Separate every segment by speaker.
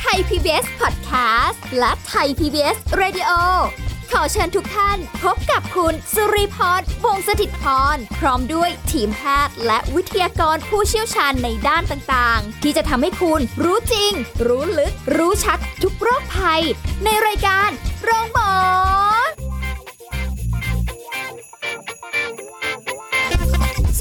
Speaker 1: ไทย PBS Podcast และไทย PBS Radio ขอเชิญทุกท่านพบกับคุณสุริพรวงศสถิตพร พร้อมด้วยทีมแพทย์และวิทยากรผู้เชี่ยวชาญในด้านต่างๆ ที่จะทำให้คุณรู้จริง รู้ลึก รู้ชัดทุกโรคภัย ในรายการโรงพยาบาล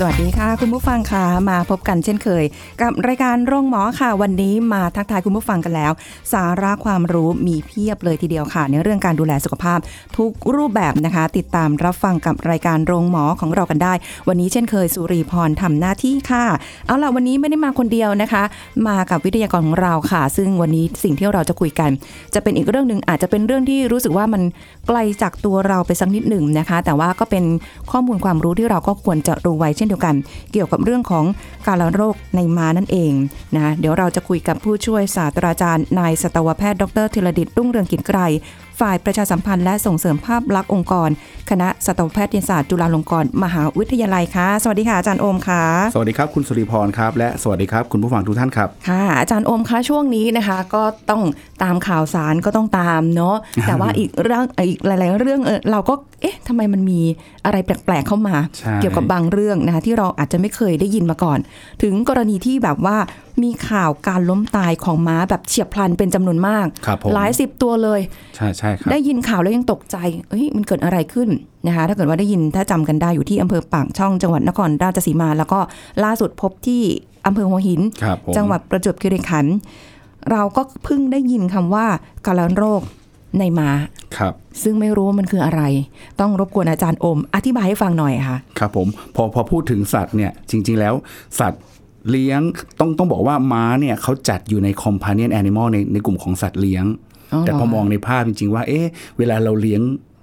Speaker 2: สวัสดีค่ะคุณผู้ฟังค่ะมาพบกันเช่นเคย กับรายการโรงหมอค่ะ วันนี้มาทักทายคุณผู้ฟังกันแล้ว สาระความรู้มีเพียบเลยทีเดียวค่ะ ในเรื่องการดูแลสุขภาพ ทุกรูปแบบนะคะ ติดตามรับฟังกับรายการโรงหมอของเรากันได้ วันนี้เช่นเคยสุรีพรทำหน้าที่ค่ะ เอาล่ะวันนี้ไม่ได้มาคนเดียวนะคะ มากับวิทยากรของเราค่ะ ซึ่งวันนี้สิ่งที่เราจะคุยกัน จะเป็นอีกเรื่องหนึ่งอาจจะเป็นเรื่องที่รู้สึกว่ามันไกลจากตัวเราไปสักนิดหนึ่งนะคะ แต่ว่าก็เป็นข้อมูลความรู้ที่เราก็ควรจะรู้ไว้เช่นเดียวกัน เกี่ยวกับเรื่องของการละโรคในม้านั่นเองนะคะเดี๋ยวเราจะคุยกับผู้ช่วยศาสตราจารย์นายสัตวแพทย์ดรธีรดิตรุ่งเรืองกิจไกรฝ่ายประชาสัมพันธ์และส่งเสริมภาพลักษณ์องค์กร คณะสัตวแพทยศาสตร์จุฬาลงกรณ์มหาวิทยาลัยค่ะสวัสดีค่ะอาจารย์โอมค่ะ
Speaker 3: สวัสดีครับ คุณสุริพรครับ และสวัสดีครับ คุณผู้ฟังทุกท่านครับ
Speaker 2: ค่ะอาจารย์โอมคะช่วงนี้นะคะ ก็ต้องตามข่าวสารก็ต้องตามเนาะ แต่ว่า อีกเรื่องอีกหลาย ๆ เรื่องเออเราก็เอ๊ะทำไมมันมีอะไรแปลก ๆ เข้ามา
Speaker 3: ใช่
Speaker 2: เกี่ยวกับบางเรื่องนะคะที่เราอาจจะไม่เคยได้ยินมาก่อน ถึงกรณีที่แบบว่ามีข่าวการล้มตายของม้าแบบเฉียบพลันเป็นจำนวนมาก
Speaker 3: ครับผม
Speaker 2: หลายสิบตัวเลย
Speaker 3: ใช่ใช่ครับ
Speaker 2: ได้ยินข่าวแล้วยังตกใจ เอ้ย มันเกิดอะไรขึ้นนะคะ ถ้าเกิดว่าได้ยิน ถ้าจำกันได้อยู่ที่อำเภอปากช่องจังหวัดนครราชสีมา แล้วก็ล่าสุดพบที่อำเภอหัวหิน
Speaker 3: ครับผม
Speaker 2: จังหวัดประจวบคีรีขันธ์ เราก็เพิ่งได้ยินคำว่าการะโรคในม้า
Speaker 3: ครับ
Speaker 2: ซึ่งไม่รู้ว่ามันคืออะไร ต้องรบกวนอาจารย์โอม อธิบายให้ฟังหน่อยค่ะ
Speaker 3: ครับผมพอพอพูดถึงสัตว์เนี่ยจริง ๆ แล้วสัตว์เลี้ยงต้องต้องบอกว่าม้าเนี่ยเขาจัดอยู่ใน companion animal ในในกลุ่มของสัตว์เลี้ยง
Speaker 2: อ๋อเหรอ
Speaker 3: แต่พอมองในภาพจริง ๆ ว่าเอ๊ะเวลาเราเลี้ยง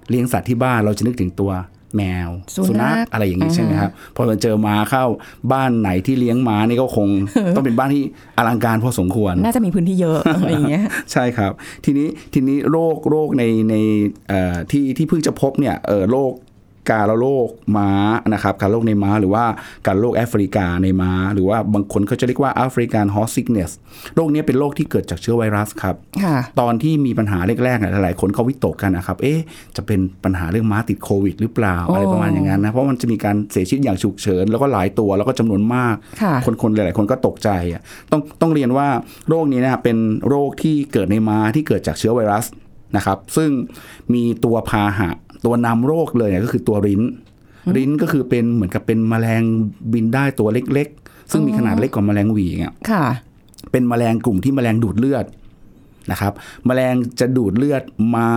Speaker 3: เลี้ยงสัตว์ที่บ้านเราจะนึกถึงตัวแมว
Speaker 2: สุนัข
Speaker 3: อะไรอย่างนี้ใช่ไหมครับพอเราเจอม้าเข้าบ้านไหนที่เลี้ยงม้านี่ก็ค ง ต้องเป็นบ้านที่อลังการพอสมควร
Speaker 2: น่าจะมีพื้นที่ เยอะ อะไรอย่างเงี้ย
Speaker 3: ใช่ครับ ทีนี้ทีนี้โรคโรคในในเอ่อที่ที่เพิ่งจะพบเนี่ยเอ่อโรคกาฬโรคม้านะครับกาฬโรคในม้าหรือว่าการโรคแอฟริกาในม้า หรือว่าบางคนเขาจะเรียกว่าแอฟริกันฮอสซิกเนสโรคเนี้ยเป็นโรคที่เกิดจากเชื้อไวรัสครับ
Speaker 2: ค่ะ
Speaker 3: ตอนที่มีปัญหาแรกๆเนี่ยหลายๆ คนเขาวิตกกันนะครับ เอ๊ะ จะเป็นปัญหาเรื่องม้าติดโควิดหรือเปล่า
Speaker 2: โอ้
Speaker 3: อะไรประมาณอย่างนั้นนะ เพราะมันจะมีการเสียชีวิตอย่างฉุกเฉิน แล้วก็หลายตัว แล้วก็จำนวนมาก
Speaker 2: ค่ะ
Speaker 3: คนๆ หลาย ๆ คนก็ตกใจอ่ะ ต้องต้องเรียนว่าโรคนี้นะครับเป็นโรคที่เกิดในม้าที่เกิดจากเชื้อไวรัสนะครับ ซึ่งมีตัวพาหะ ตัวนำโรคเลยเนี่ยก็คือตัวริ้น ริ้นก็คือเป็นเหมือนกับเป็นแมลงบินได้ตัวเล็ก ๆ ซึ่งมีขนาดเล็กกว่าแมลงหวีอ่ะ
Speaker 2: ค่ะ
Speaker 3: เป็นแมลงกลุ่มที่แมลงดูดเลือดนะครับ แมลงจะดูดเลือดม้า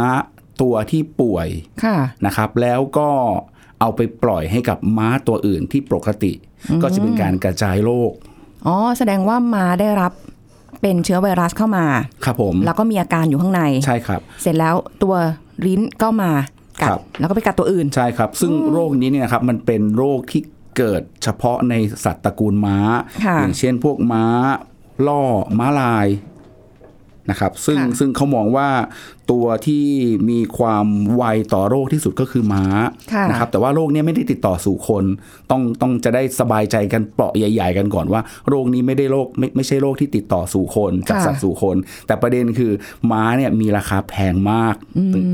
Speaker 3: ตัวที่ป่วย
Speaker 2: ค่ะ
Speaker 3: นะครับ แล้วก็เอาไปปล่อยให้กับม้าตัวอื่นที่ปกติ ก็จะเป็นการกระจายโรค
Speaker 2: อ๋อ แสดงว่ามาได้รับเป็นเชื้อไวรัสเข้ามา
Speaker 3: ครับผม
Speaker 2: แล้วก็มีอาการอยู่ข้างใน
Speaker 3: ใช่ครับ
Speaker 2: เสร็จแล้วตัวลิ้นก็มากัด
Speaker 3: ครับ
Speaker 2: แล้วก็ไปกัดตัวอื่น
Speaker 3: ใช่ครับ ซึ่งโรคนี้เนี่ยนะครับมันเป็นโรคที่เกิดเฉพาะในสัตว์ตระกูลม้า
Speaker 2: ค่ะ
Speaker 3: อย่างเช่นพวกม้าล่อม้าลายนะครับ ซึ่ง
Speaker 2: ค่ะ
Speaker 3: ซึ่งเขามองว่าตัวที่มีความไวต่อโรคที่สุดก็คือม้า
Speaker 2: ค่ะ
Speaker 3: นะครับแต่ว่าโรคเนี้ยไม่ได้ติดต่อสู่คนต้องต้องจะได้สบายใจกันเปราะใหญ่ ๆ กันก่อนว่า โรคนี้ไม่ได้โรคไม่ไม่ใช่โรคที่ติดต่อสู่คนจาก
Speaker 2: ค่ะ
Speaker 3: สัตว์สู่คน แต่ประเด็นคือม้าเนี่ยมีราคาแพงมาก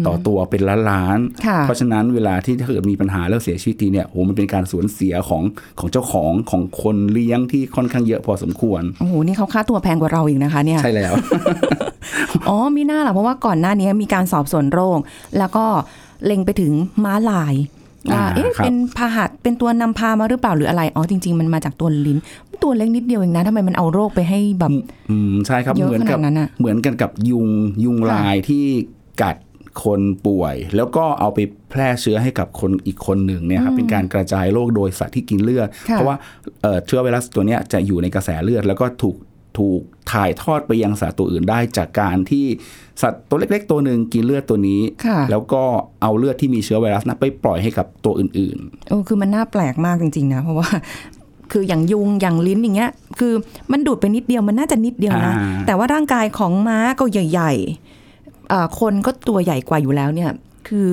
Speaker 3: ต่อตัวเป็นล้านล้านๆ
Speaker 2: ค่ะ
Speaker 3: เพราะฉะนั้นเวลาที่ถ้าเกิดมีปัญหาแล้วเสียชีวิตทีเนี่ยโหมันเป็นการสูญเสียของของเจ้าของของคนเลี้ยงที่ค่อนข้างเยอะพอสมควร
Speaker 2: โอ้โห นี่เขาค่าตัวแพงกว่าเราอีกนะคะเนี่ย
Speaker 3: ใช่แล้ว
Speaker 2: อ๋อ มีหน้าล่ะเพราะว่าก่อนหน้านี้มีการสอบสวนโรค แล้วก็เล็งไปถึงม้าลายว่า
Speaker 3: อ่า
Speaker 2: เอ๊ะ
Speaker 3: ครับ
Speaker 2: เป็นพาหะเป็นตัวนำพามาหรือเปล่าหรืออะไร อ๋อ จริง ๆ มันมาจากตัวลิ้น ตัวเล็กนิดเดียวเองนะทำไมมันเอาโรคไปให้แบบ
Speaker 3: อืมใช่ครับ
Speaker 2: เยอะ
Speaker 3: เหมือนกั
Speaker 2: ขนาดนั้นอะ
Speaker 3: เหมือนกันกับยุงยุง
Speaker 2: ค่ะ
Speaker 3: ลายที่กัดคนป่วย แล้วก็เอาไปแพร่เชื้อให้กับคนอีกคนหนึ่งเนี่ยครับเป็นการกระจายโรคโดยสัตว์ที่กินเลือด เพราะว่าเอ่อเชื้อไวรัสตัวเนี้ยจะอยู่ในกระแสเลือด แล้วก็ถูกถูกถ่ายทอดไปยังสัตว์ตัวอื่นได้ จากการที่สัตว์ตัวเล็ก ๆ ตัวหนึ่งกินเลือดตัวนี้
Speaker 2: ค่ะ
Speaker 3: แล้วก็เอาเลือดที่มีเชื้อไวรัสนะไปปล่อยให้กับตัวอื่น
Speaker 2: โอ้คือมันน่าแปลกมากจริง ๆ นะ เพราะว่า คืออย่างยุงอย่างลิ้นอย่างเงี้ย คือมันดูดไปนิดเดียวมันน่าจะนิดเดียวนะ
Speaker 3: อ่า
Speaker 2: แต่ว่าร่างกายของม้าก็ใหญ่ๆเอ่อคนก็ตัวใหญ่กว่าอยู่แล้วเนี่ย คือ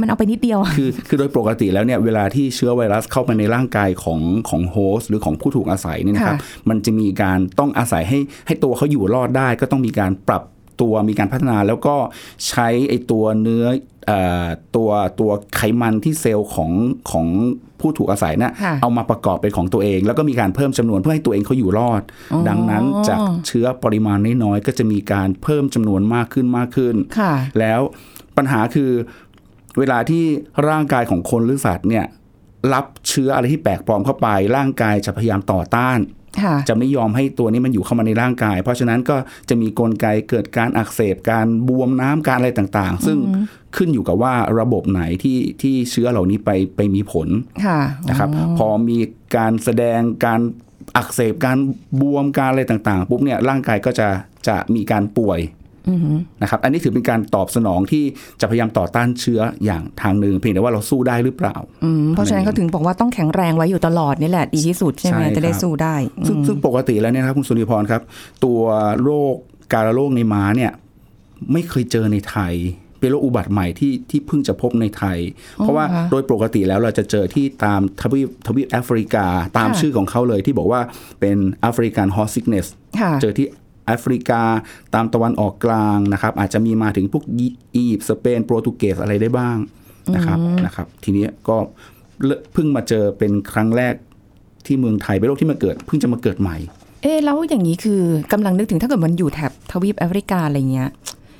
Speaker 2: มันเอาไปนิดเดียวอะ
Speaker 3: คือคือโดยปกติแล้วเนี่ยเวลาที่เชื้อไวรัสเข้าไปในร่างกายของของโฮสต์หรือของผู้ถูกอาศัยเนี่ยนะครับ
Speaker 2: ค่ะ
Speaker 3: มันจะมีการต้องอาศัยให้ให้ตัวเขาอยู่รอดได้ ก็ต้องมีการปรับตัวมีการพัฒนาแล้วก็ใช้ไอตัวเนื้อเอ่อตัวตัวไขมันที่เซลล์ของของผู้ถูกอาศัยน่ะ
Speaker 2: ค่ะ
Speaker 3: เอามาประกอบเป็นของตัวเอง แล้วก็มีการเพิ่มจำนวนเพื่อให้ตัวเองเขาอยู่รอด
Speaker 2: อ๋อ
Speaker 3: ดังนั้นจากเชื้อปริมาณน้อยๆก็จะมีการเพิ่มจำนวนมากขึ้นมากขึ้น
Speaker 2: ค่ะ
Speaker 3: แล้วปัญหาคือเวลาที่ร่างกายของคนหรือสัตว์เนี่ยรับเชื้ออะไรที่แปลกปลอมเข้าไป ร่างกายจะพยายามต่อต้าน
Speaker 2: ค่ะ
Speaker 3: จะไม่ยอมให้ตัวนี้มันอยู่เข้ามาในร่างกาย เพราะฉะนั้นก็จะมีกลไกเกิดการอักเสบการบวมน้ำการอะไรต่างๆ ซึ่งขึ้นอยู่กับว่าระบบไหนที่ที่เชื้อเหล่านี้ไปไปมีผล
Speaker 2: ค่ะ
Speaker 3: นะครับพอมีการแสดงการอักเสบการบวมการอะไรต่างๆปุ๊บเนี่ยร่างกายก็จะจะมีการป่วยนะครับอันนี้ถือเป็นการตอบสนองที่จะพยายามต่อต้านเชื้ออย่างทางหนึ่งเพียงแต่ว่าเราสู้ได้หรือเปล่า
Speaker 2: อืมเพราะฉะนั้นเขาถึงบอกว่าต้องแข็งแรงไว้อยู่ตลอดนี่แหละดีที่สุดใช่ไหม
Speaker 3: ใช่ครับ
Speaker 2: จะได้สู้ได้อื
Speaker 3: ซึ่ง
Speaker 2: ม
Speaker 3: ซึ่งปกติแล้วเนี่ยนะครับคุณสุนิพรครับ ตัวโรคการะโรคในม้าเนี่ยไม่เคยเจอในไทย เป็นโรคอุบัติใหม่ที่ที่เพิ่งจะพบในไทย เพราะว่าโดยปกติแล้วเราจะเจอที่ตามทวีปทวีปแอฟริกาตามชื่อของเขาเลยที่บอกว่าเป็นแอฟริกันฮอสซิกเนส
Speaker 2: ค่ะ
Speaker 3: เจอที่แอฟริกาตามตะวันออกกลางนะครับ อาจจะมีมาถึงพวกอีอียิปต์สเปนโปรตุเกสอะไรได้บ้างนะครับนะครับ ทีนี้ก็เลเพิ่งมาเจอเป็นครั้งแรกที่เมืองไทยเป็นโรคที่มาเกิด เพิ่งจะมาเกิดใหม่
Speaker 2: เอ๊ะแล้วอย่างนี้คือกำลังนึกถึงถ้าเกิดมันอยู่แถบทวีปแอฟริกาอะไรเงี้ย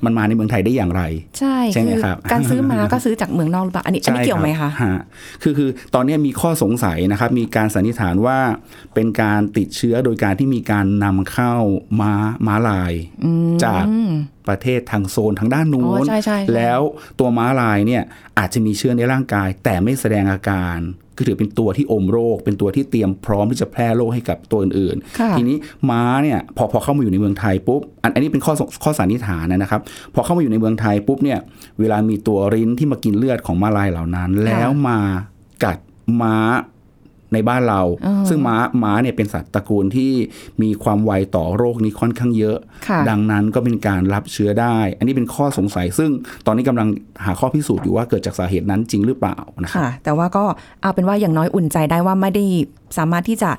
Speaker 3: มันมาในเมืองไทยได้อย่างไร
Speaker 2: ใช่
Speaker 3: ใช่ไหมครับ
Speaker 2: การซื้อมาก็ซื้อจากเมืองนอกหรือเปล่าอันนี้อันนี้เกี่ยวไหมคะ
Speaker 3: ใช่รับฮคือคือตอนนี้มีข้อสงสัยนะครับ มีการสันนิษฐานว่าเป็นการติดเชื้อโดยการที่มีการนำเข้าม้าม้าลาย จากประเทศทางโซนทางด้าน
Speaker 2: อ๋อ
Speaker 3: นู้น
Speaker 2: ใช่ใช่ใช่
Speaker 3: แล้วตัวม้าลายเนี่ยอาจจะมีเชื้อในร่างกาย แต่ไม่แสดงอาการก็ถือเป็นตัวที่อมโรค เป็นตัวที่เตรียมพร้อมที่จะแพร่โรคให้กับตัวอื่น
Speaker 2: ค่ะ
Speaker 3: ๆ ทีนี้ม้าเนี่ยพอพอเข้ามาอยู่ในเมืองไทยปุ๊บอันอันนี้เป็นข้อสข้อสันนิษฐานนะครับ พอเข้ามาอยู่ในเมืองไทยปุ๊บเนี่ยเวลามีตัวริ้นที่มากินเลือดของม้าลายเหล่านั้น แล้วมากัดม้าในบ้านเรา
Speaker 2: อ๋อ
Speaker 3: ซึ่งม้าม้าเนี่ยเป็นสัตว์ตระกูลที่มีความไวต่อโรคนี้ค่อนข้างเยอะ
Speaker 2: ค่ะ
Speaker 3: ดังนั้นก็เป็นการรับเชื้อได้ อันนี้เป็นข้อสงสัย ซึ่งตอนนี้กำลังหาข้อพิสูจน์อยู่ว่าเกิดจากสาเหตุนั้นจริงหรือเปล่านะครับ
Speaker 2: ค่ะ แต่ว่าก็เอาเป็นว่าอย่างน้อยอุ่นใจได้ว่าไม่ได้สามารถที่จะ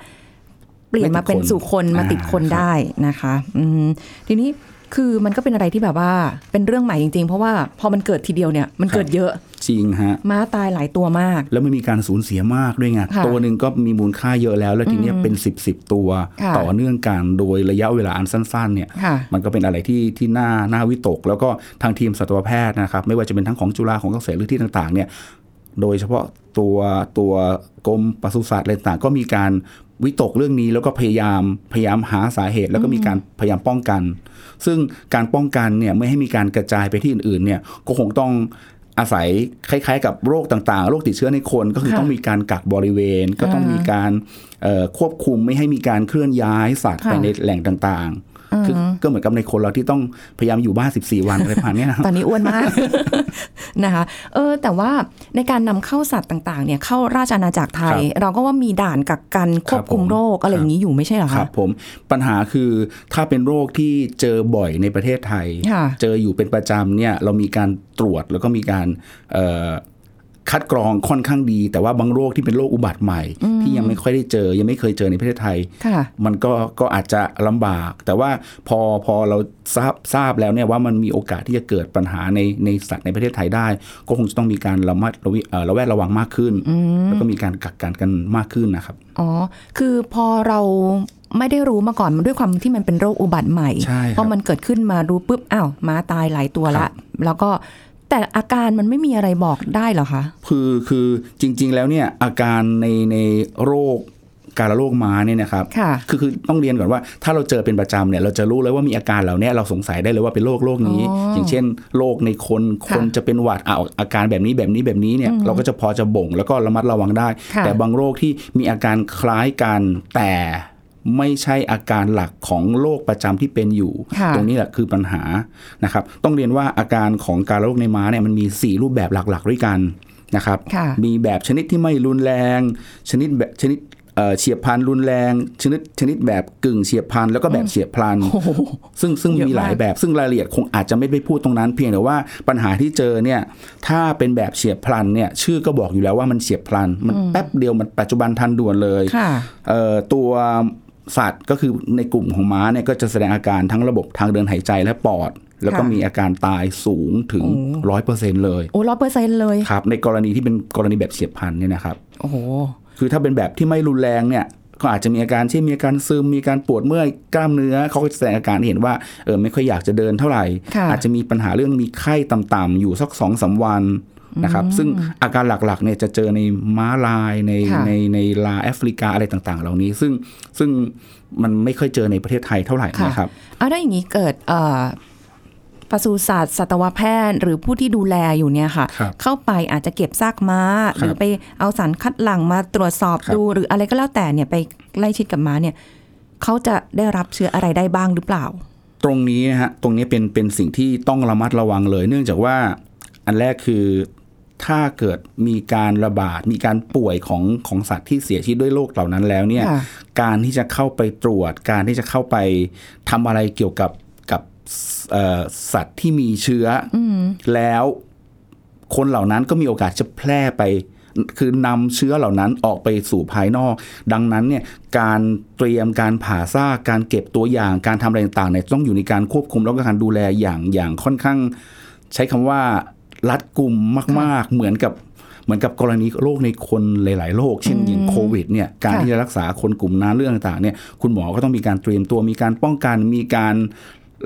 Speaker 2: เปลี่ยนมาเป็นสู่คน
Speaker 3: ไม่
Speaker 2: มา
Speaker 3: ติ
Speaker 2: ติ
Speaker 3: ด
Speaker 2: ด
Speaker 3: ค
Speaker 2: คน น
Speaker 3: อ่า
Speaker 2: ได้นะคะอืมทีนี้คือมันก็เป็นอะไรที่แบบว่าเป็นเรื่องใหม่จริงๆ เพราะว่าพอมันเกิดทีเดียวเนี่ยมันเกิดเยอะ
Speaker 3: จริงฮะ
Speaker 2: ม้าตายหลายตัวมาก
Speaker 3: แล้วมันมีการสูญเสียมากด้วยไง
Speaker 2: ค่ะ
Speaker 3: ตัวหนึ่งก็มีมูลค่าเยอะแล้ว แล้วทีเนี้ยเป็น 10บสตัว
Speaker 2: ค่ะ
Speaker 3: ต่อเนื่องกันโดยระยะเวลาอันสั้น ๆ เนี่ย
Speaker 2: ค่ะ
Speaker 3: มันก็เป็นอะไรที่ที่น่าน่าวิตก แล้วก็ทางทีมสัตวแพทย์นะครับ ไม่ว่าจะเป็นทั้งของจุฬาของเกษตรหรือที่ต่างๆ เนี่ย โดยเฉพาะตัวตัวกรมปศุสัตว์อะไรต่างๆ ก็มีการวิตกเรื่องนี้แล้วก็พยายามพยายามหาสาเหตุ แล้วก็มีการพยายามป้องกัน ซึ่งการป้องกันเนี่ยไม่ให้มีการกระจายไปที่อื่นๆเนี่ยก็คงต้องอาศัยคล้ายๆ กับโรคต่างๆ โรคติดเชื้อในคนก็คือ
Speaker 2: ค่ะ
Speaker 3: ต้องมีการกักบริเวณ ก็ต้องมีการเอ่อควบคุมไม่ให้มีการเคลื่อนย้ายสัตว์
Speaker 2: ค่ะ
Speaker 3: ไปในแหล่งต่างๆคือก็เหมือนกับในคนเราที่ต้องพยายามอยู่บ้าน 14 วันอะไรประมาณเนี้ยนะ
Speaker 2: ตอนนี้อ้วนมาก นะคะเออแต่ว่าในการนำเข้าสัตว์ต่างๆ เนี่ยเข้าราชอาณาจักรไทย เราก็ว่ามีด่านกักกันควบคุมโรคอะไรอย่างนี้อยู่ไม่ใช่เหรอ
Speaker 3: ค
Speaker 2: คะ
Speaker 3: รับผมปัญหาคือถ้าเป็นโรคที่เจอบ่อยในประเทศไทย
Speaker 2: ค่ะ
Speaker 3: เจออยู่เป็นประจำเนี่ยเรามีการตรวจแล้วก็มีการเอ่อคัดกรองค่อนข้างดี แต่ว่าบางโรคที่เป็นโรคอุบัติใหม่ ที่ยังไม่ค่อยได้เจอ ยังไม่เคยเจอในประเทศไทย
Speaker 2: ค่ะ
Speaker 3: มันก็ก็อาจจะลำบาก แต่ว่าพอพอเราทราบทราบแล้วเนี่ยว่ามันมีโอกาสที่จะเกิดปัญหาในในสัตว์ในประเทศไทยได้ ก็คงจะต้องมีการระมัดระวิเอ่อระแวดระวังมากขึ้น แล้วก็มีการกักกันกันมากขึ้นนะครับ
Speaker 2: อ๋อ คือพอเราไม่ได้รู้มาก่อนด้วยความที่มันเป็นโรคอุบัติใหม่
Speaker 3: ใช่ครับ
Speaker 2: พอมันเกิดขึ้นมารู้ปุ๊บ อ้าวม้าตายหลายตัว
Speaker 3: ครั
Speaker 2: ละ
Speaker 3: บ
Speaker 2: แล้วก็แต่อาการมันไม่มีอะไรบอกได้เหรอคะ
Speaker 3: คือคือจริง ๆ แล้วเนี่ยอาการในในโรคการะโรคม้าเนี่ยนะครับ
Speaker 2: ค่ะ
Speaker 3: คือคือต้องเรียนก่อนว่าถ้าเราเจอเป็นประจำเนี่ยเราจะรู้เลยว่ามีอาการเหล่าเนี้ยเราสงสัยได้เลยว่าเป็นโรคโรคนี้
Speaker 2: อ๋อ
Speaker 3: อย่างเช่นโรคในคน
Speaker 2: ค่ะ
Speaker 3: คนจะเป็นหวัดอ่ะอาการแบบนี้แบบนี้แบบนี้เนี่ยเราก็จะพอจะบ่งแล้วก็ระมัดระวังได้
Speaker 2: ค่ะ
Speaker 3: แต่บางโรคที่มีอาการคล้ายกันแต่ไม่ใช่อาการหลักของโรคประจำที่เป็นอยู่
Speaker 2: ค่ะ
Speaker 3: ตรงนี้แหละคือปัญหานะครับ ต้องเรียนว่าอาการของการโรคในม้าเนี่ยมันมี 4 รูปแบบหลักๆ ด้วยกันนะครับ
Speaker 2: ค่ะ
Speaker 3: มีแบบชนิดที่ไม่รุนแรง ชนิดแบบชนิด เอ่อเฉียบพลันรุนแรงชนิดชนิดแบบกึ่งเฉียบพลันแล้วก็แบบเฉียบพลัน
Speaker 2: โอ้โห
Speaker 3: ซึ่งซึ่ง
Speaker 2: เยอะ
Speaker 3: มีหลาย
Speaker 2: มาก
Speaker 3: แบบซึ่งรายละเอียดคงอาจจะไม่ได้พูดตรงนั้น เพียงแต่ว่าปัญหาที่เจอเนี่ยถ้าเป็นแบบเฉียบพลันเนี่ยชื่อก็บอกอยู่แล้วว่ามันเฉียบพลัน มันแป๊บเดียวมันปัจจุบันทันด่วนเลย
Speaker 2: ค่ะ
Speaker 3: เอ่อตัวสัตว์ก็คือในกลุ่มของม้าเนี่ยก็จะแสดงอาการทั้งระบบทางเดินหายใจและปอด แล้วก็
Speaker 2: ค่ะ
Speaker 3: มีอาการตายสูงถึง
Speaker 2: โ
Speaker 3: ร้อยเปอร์เซ็นต์เลย
Speaker 2: โอ้ร้อยเปอร์เซ็นต์เลย
Speaker 3: ครับในกรณีที่เป็นกรณีแบบเฉียบพลันเนี่ยนะครับ
Speaker 2: โอ้โห
Speaker 3: คือถ้าเป็นแบบที่ไม่รุนแรงเนี่ยก็อาจจะมีอาการเช่นมีอาการซึมมีการปวดเมื่อยกล้ามเนื้อเขาก็จะแสดงอาการให้เห็นว่าเออไม่ค่อยอยากจะเดินเท่าไหร่
Speaker 2: ค่ะ
Speaker 3: อาจจะมีปัญหาเรื่องมีไข้ต่ำๆอยู่สักสองสามวันนะครับซึ่งอาการหลักๆเนี่ยจะเจอในม้าลายใน
Speaker 2: ค่ะ
Speaker 3: ในในลาแอฟริกาอะไรต่างๆ เหล่านี้ ซึ่งซึ่งมันไม่ค่อยเจอในประเทศไทยเท่าไหร่
Speaker 2: ค่ะ
Speaker 3: นะครับ
Speaker 2: เอาได้อย่างนี้เกิดเอ่อปศุสัตว์สัตวแพทย์หรือผู้ที่ดูแลอยู่เนี่ยค่ะ
Speaker 3: ครับ
Speaker 2: เข้าไปอาจจะเก็บซากม้า
Speaker 3: ครับ
Speaker 2: หรือไปเอาสารคัดหลั่งมาตรวจสอบ
Speaker 3: ครับ
Speaker 2: ดู หรืออะไรก็แล้วแต่เนี่ยไปใกล้ชิดกับม้าเนี่ยเขาจะได้รับเชื้ออะไรได้บ้างหรือเปล่า
Speaker 3: ตรงนี้นะฮะตรงนี้เป็นเป็นสิ่งที่ต้องระมัดระวังเลย เนื่องจากว่าอันแรกคือถ้าเกิดมีการระบาด มีการป่วยของของสัตว์ที่เสียชีวิตด้วยโรคเหล่านั้นแล้วเนี่ย
Speaker 2: ค่ะ
Speaker 3: การที่จะเข้าไปตรวจ การที่จะเข้าไปทำอะไรเกี่ยวกับกับเอ่อสัตว์ที่มีเชื้ออแล้วคนเหล่านั้นก็มีโอกาสจะแพร่ไป คือนำเชื้อเหล่านั้นออกไปสู่ภายนอก ดังนั้นเนี่ยการเตรียมการผ่าซากการเก็บตัวอย่างการทำอะไรต่างๆเนี่ยต้องอยู่ในการควบคุมแล้วก็การดูแลอย่างอย่างค่อนข้าง ใช้คำว่ารัดกุมมาก ๆ เหมือนกับเหมือนกับกรณีโรคในคนหลาย ๆ โรคเช่นอย่างโควิดเนี่ยการ
Speaker 2: ค่ะ
Speaker 3: ที่จะรักษาคนกลุ่มนั้นเรื่องต่างๆเนี่ยคุณหมอก็ต้องมีการเตรียมตัวมีการป้องกันมีการ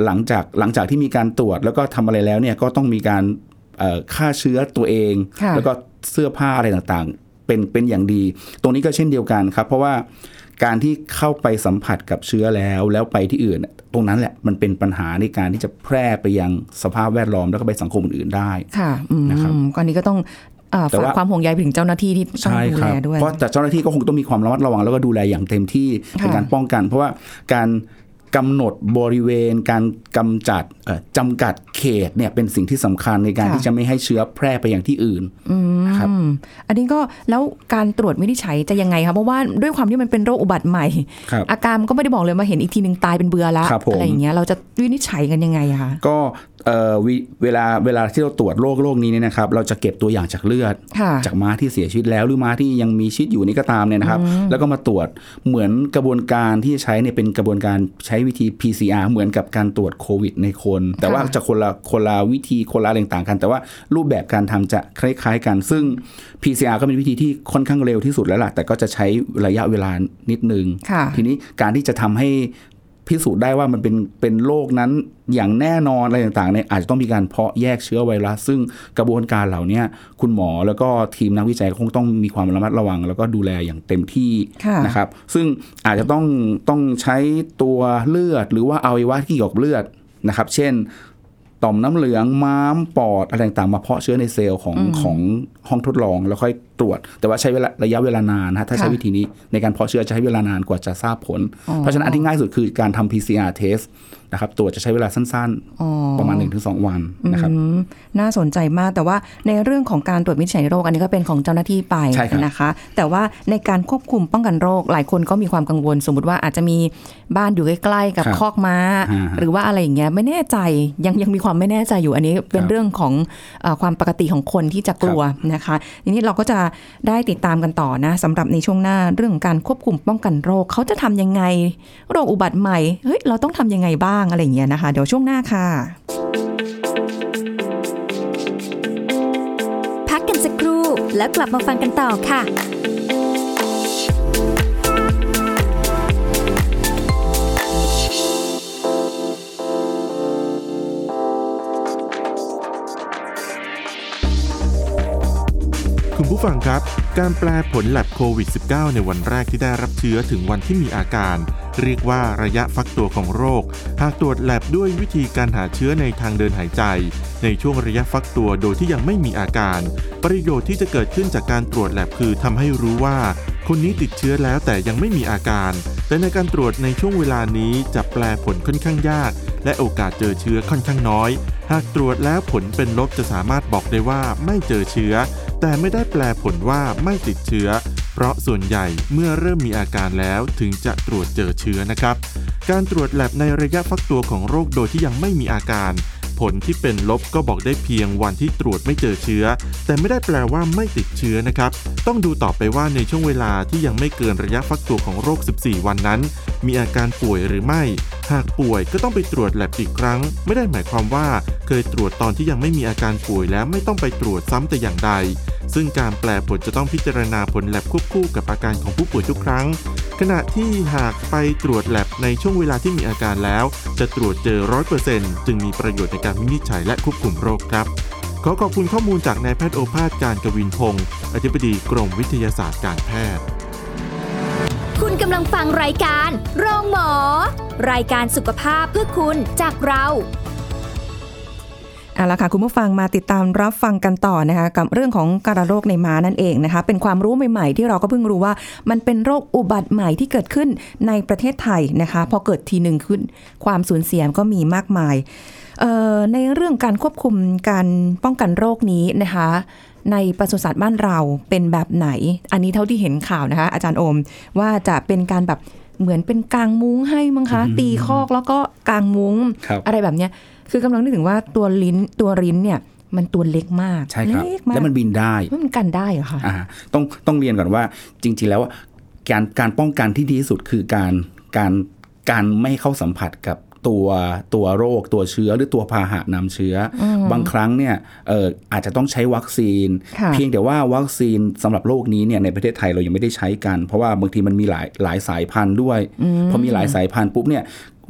Speaker 3: หลังจากหลังจากที่มีการตรวจแล้วก็ทำอะไรแล้วเนี่ยก็ต้องมีการเอ่อฆ่าเชื้อตัวเอง
Speaker 2: ค่ะ
Speaker 3: แล้วก็เสื้อผ้าอะไรต่างๆ เป็นเป็นอย่างดี ตรงนี้ก็เช่นเดียวกันครับ เพราะว่าการที่เข้าไปสัมผัสกับเชื้อแล้ว แล้วไปที่อื่น ตรงนั้นแหละมันเป็นปัญหาในการที่จะแพร่ไปยังสภาพแวดล้อมแล้วก็ไปสังคมอื่นๆได้
Speaker 2: ค่ะอืม
Speaker 3: นะครับ
Speaker 2: กรณีก็ต้องเอ่อ
Speaker 3: แต่
Speaker 2: ฝาก
Speaker 3: ว่า
Speaker 2: ความห่วงใยไปถึงเจ้าหน้าที่ที่ต้องดู
Speaker 3: ค
Speaker 2: แล
Speaker 3: รั
Speaker 2: ด้วย
Speaker 3: เพราะแต่เจ้าหน้าที่ก็คงต้องมีความระมัดระวังแล้วก็ดูแลอย่างเต็มที่
Speaker 2: ค่ะ
Speaker 3: เป็นการป้องกัน เพราะว่าการกำหนดบริเวณ การกำจัดเอ่อจำกัดเขตเนี่ยเป็นสิ่งที่สำคัญในการ
Speaker 2: ค่ะ
Speaker 3: ที่จะไม่ให้เชื้อแพร่ไปอย่างที่อื่นนะครับ
Speaker 2: อืมอันนี้ก็แล้วการตรวจวินิจฉัยจะยังไงคะเพราะว่าด้วยความที่มันเป็นโรคอุบัติใหม่
Speaker 3: ครับ
Speaker 2: อาการมันก็ไม่ได้บอกเลยมาเห็นอีกทีหนึ่งตายเป็นเบือละ
Speaker 3: ครับผม
Speaker 2: อะไรอย่างเงี้ยเราจะวินิจฉัยกันยังไงอะคะ
Speaker 3: ก็เอ่อวิเวลาเวลาที่เราตรวจโรคโรคนี้เนี่ยนะครับ เราจะเก็บตัวอย่างจากเลือด
Speaker 2: ค่ะ
Speaker 3: จากม้าที่เสียชีวิตแล้วหรือม้าที่ยังมีชีวิตอยู่นี่ก็ตามเนี่ยนะครับ แล้วก็มาตรวจเหมือนกระบวนการที่ใช้เนี่ยเป็นกระบวนการใช้วิธี PCR เหมือนกับการตรวจโควิดในคน แต่ว่า
Speaker 2: ค่ะ
Speaker 3: จะคนละคนละวิธีคนละอะไรต่างกัน แต่ว่ารูปแบบการทำจะคล้าย ๆ กัน ซึ่ง PCR ก็เป็นวิธีที่ค่อนข้างเร็วที่สุดแล้วล่ะแต่ก็จะใช้ระยะเวลานิดนึง
Speaker 2: ค่ะ
Speaker 3: ทีนี้การที่จะทำให้พิสูจน์ได้ว่ามันเป็นเป็นโรคนั้นอย่างแน่นอนอะไรต่างๆเนี่ยอาจจะต้องมีการเพาะแยกเชื้อไวรัส ซึ่งกระบวนการเหล่าเนี้ยคุณหมอแล้วก็ทีมนักวิจัยคงต้องมีความระมัดระวัง แล้วก็ดูแลอย่างเต็มที่
Speaker 2: ค่ะ
Speaker 3: นะครับ ซึ่งอาจจะต้องต้องใช้ตัวเลือด หรือว่าอวัยวะที่เกี่ยวกับเลือดนะครับ เช่น ต่อมน้ำเหลืองม้ามปอดอะไรต่างๆมาเพาะเชื้อในเซลล์ของของห้องทดลองแล้วค่อยตรวจ แต่ว่าใช้เวลาระยะเวลานานนะฮะถ้าใช้
Speaker 2: ค่ะ
Speaker 3: วิธีนี้ในการเพาะเชื้อจะใช้เวลานานกว่าจะทราบผล
Speaker 2: อ๋อ
Speaker 3: เพราะฉะนั้นอันที่ง่ายสุดคือการทำ PCR test นะครับตรวจจะใช้เวลาสั้น
Speaker 2: อ๋อ
Speaker 3: ๆ ประมาณ 1-2 วันนะครับ
Speaker 2: อืมน่าสนใจมากแต่ว่าในเรื่องของการตรวจวินิจฉัยโรคอันนี้ก็เป็นของเจ้าหน้าที่ไป
Speaker 3: ใช่ครับ
Speaker 2: นะคะ แต่ว่าในการควบคุมป้องกันโรคหลายคนก็มีความกังวล สมมติว่าอาจจะมีบ้านอยู่ใกล้ๆกับ
Speaker 3: ครับ
Speaker 2: คอกม้า
Speaker 3: อ่าฮะ
Speaker 2: หรือว่าอะไรอย่างเงี้ยไม่แน่ใจยังยังมีความไม่แน่ใจอยู่อันนี้เป็นเรื่องของเออความปกติของคนที่จะกลัวนะคะทีนี้เราก็จะได้ติดตามกันต่อนะสำหรับในช่วงหน้าเรื่องของการควบคุมป้องกันโรคเขาจะทำยังไง โรคอุบัติใหม่เฮ้ยเราต้องทำยังไงบ้างอะไรอย่างเงี้ยนะคะ เดี๋ยวช่วงหน้าค่ะ
Speaker 1: พักกันสักครู่แล้วกลับมาฟังกันต่อค่ะ
Speaker 4: คุณผู้ฟังครับ การแปลผลหลับโควิด -19 ในวันแรกที่ได้รับเชื้อถึงวันที่มีอาการ เรียกว่าระยะฟักตัวของโรค หากตรวจแลบด้วยวิธีการหาเชื้อในทางเดินหายใจ ในช่วงระยะฟักตัวโดยที่ยังไม่มีอาการ ประโยชน์ที่จะเกิดขึ้นจากการตรวจแลบคือทำให้รู้ว่า คนนี้ติดเชื้อแล้วแต่ยังไม่มีอาการ แต่ในการตรวจในช่วงเวลานี้จะแปลผลค่อนข้างยาก และโอกาสเจอเชื้อค่อนข้างน้อย หากตรวจแล้วผลเป็นลบจะสามารถบอกได้ว่าไม่เจอเชื้อ แต่ไม่ได้แปลผลว่าไม่ติดเชื้อ เพราะส่วนใหญ่เมื่อเริ่มมีอาการแล้วถึงจะตรวจเจอเชื้อนะครับ การตรวจแลบในระยะฟักตัวของโรคโดยที่ยังไม่มีอาการ ผลที่เป็นลบก็บอกได้เพียงวันที่ตรวจไม่เจอเชื้อ แต่ไม่ได้แปลว่าไม่ติดเชื้อนะครับ ต้องดูต่อไปว่าในช่วงเวลาที่ยังไม่เกินระยะฟักตัวของโรค 14 วันนั้น มีอาการป่วยหรือไม่ หากป่วยก็ต้องไปตรวจแลบอีกครั้ง ไม่ได้หมายความว่าเคยตรวจตอนที่ยังไม่มีอาการป่วยแล้วไม่ต้องไปตรวจซ้ำแต่อย่างใด ซึ่งการแปลผลจะต้องพิจารณาผลแลบควบคู่กับอาการของผู้ป่วยทุกครั้ง ขณะที่หากไปตรวจแลบในช่วงเวลาที่มีอาการแล้ว จะตรวจเจอ 100%จึงมีประโยชน์ในการวินิจฉัยและควบคุมโรคครับ ขอขอบคุณข้อมูลจากนายแพทย์โอภาสการกวินพงศ์อธิบดีกรมวิทยาศาสตร์การแพทย์
Speaker 1: คุณกำลังฟังรายการ โรงหมอ รายการสุขภาพเพื่อคุณจากเรา
Speaker 2: เอาละค่ะคุณผู้ฟังมาติดตามรับฟังกันต่อนะคะกับเรื่องของการะโรคในม้านั่นเองนะคะ เป็นความรู้ใหม่ๆ ที่เราก็เพิ่งรู้ว่า มันเป็นโรคอุบัติใหม่ที่เกิดขึ้นในประเทศไทยนะคะ พอเกิดทีหนึ่งขึ้น ความสูญเสียก็มีมากมายเอ่อในเรื่องการควบคุมการป้องกันโรคนี้นะคะ ในปศุสัตว์บ้านเราเป็นแบบไหน อันนี้เท่าที่เห็นข่าวนะคะ อาจารย์โอมว่าจะเป็นการแบบเหมือนเป็นกางมุ้งให้มั้งคะ ตีคอกแล้วก็กางมุ้ง
Speaker 3: ครับ
Speaker 2: อะไรแบบเนี้ย คือกำลังนึกถึงว่าตัวลิ้นตัวลิ้นเนี่ย มันตัวเล็กมาก
Speaker 3: ใช่ครับ
Speaker 2: เล็กมาก
Speaker 3: แล้วมันบินได้
Speaker 2: เฮ้ยมันกันได้เหรอคะ
Speaker 3: อ่าต้องต้องเรียนก่อนว่าจริง ๆ แล้วอะการการป้องกันที่ดีที่สุดคือการการการไม่เข้าสัมผัสกับตัวตัวโรค ตัวเชื้อหรือตัวพาหะนำเชื้ออบางครั้งเนี่ยเอ่ออาจจะต้องใช้วัคซีน
Speaker 2: ค่ะ
Speaker 3: เพียงแต่ว่าวัคซีนสำหรับโรคนี้เนี่ยในประเทศไทยเรายังไม่ได้ใช้กัน เพราะว่าบางทีมันมีหลายหลายสายพันธุ์ด้วยพอมีหลายสายพันธุ์ปุ๊บเนี่ย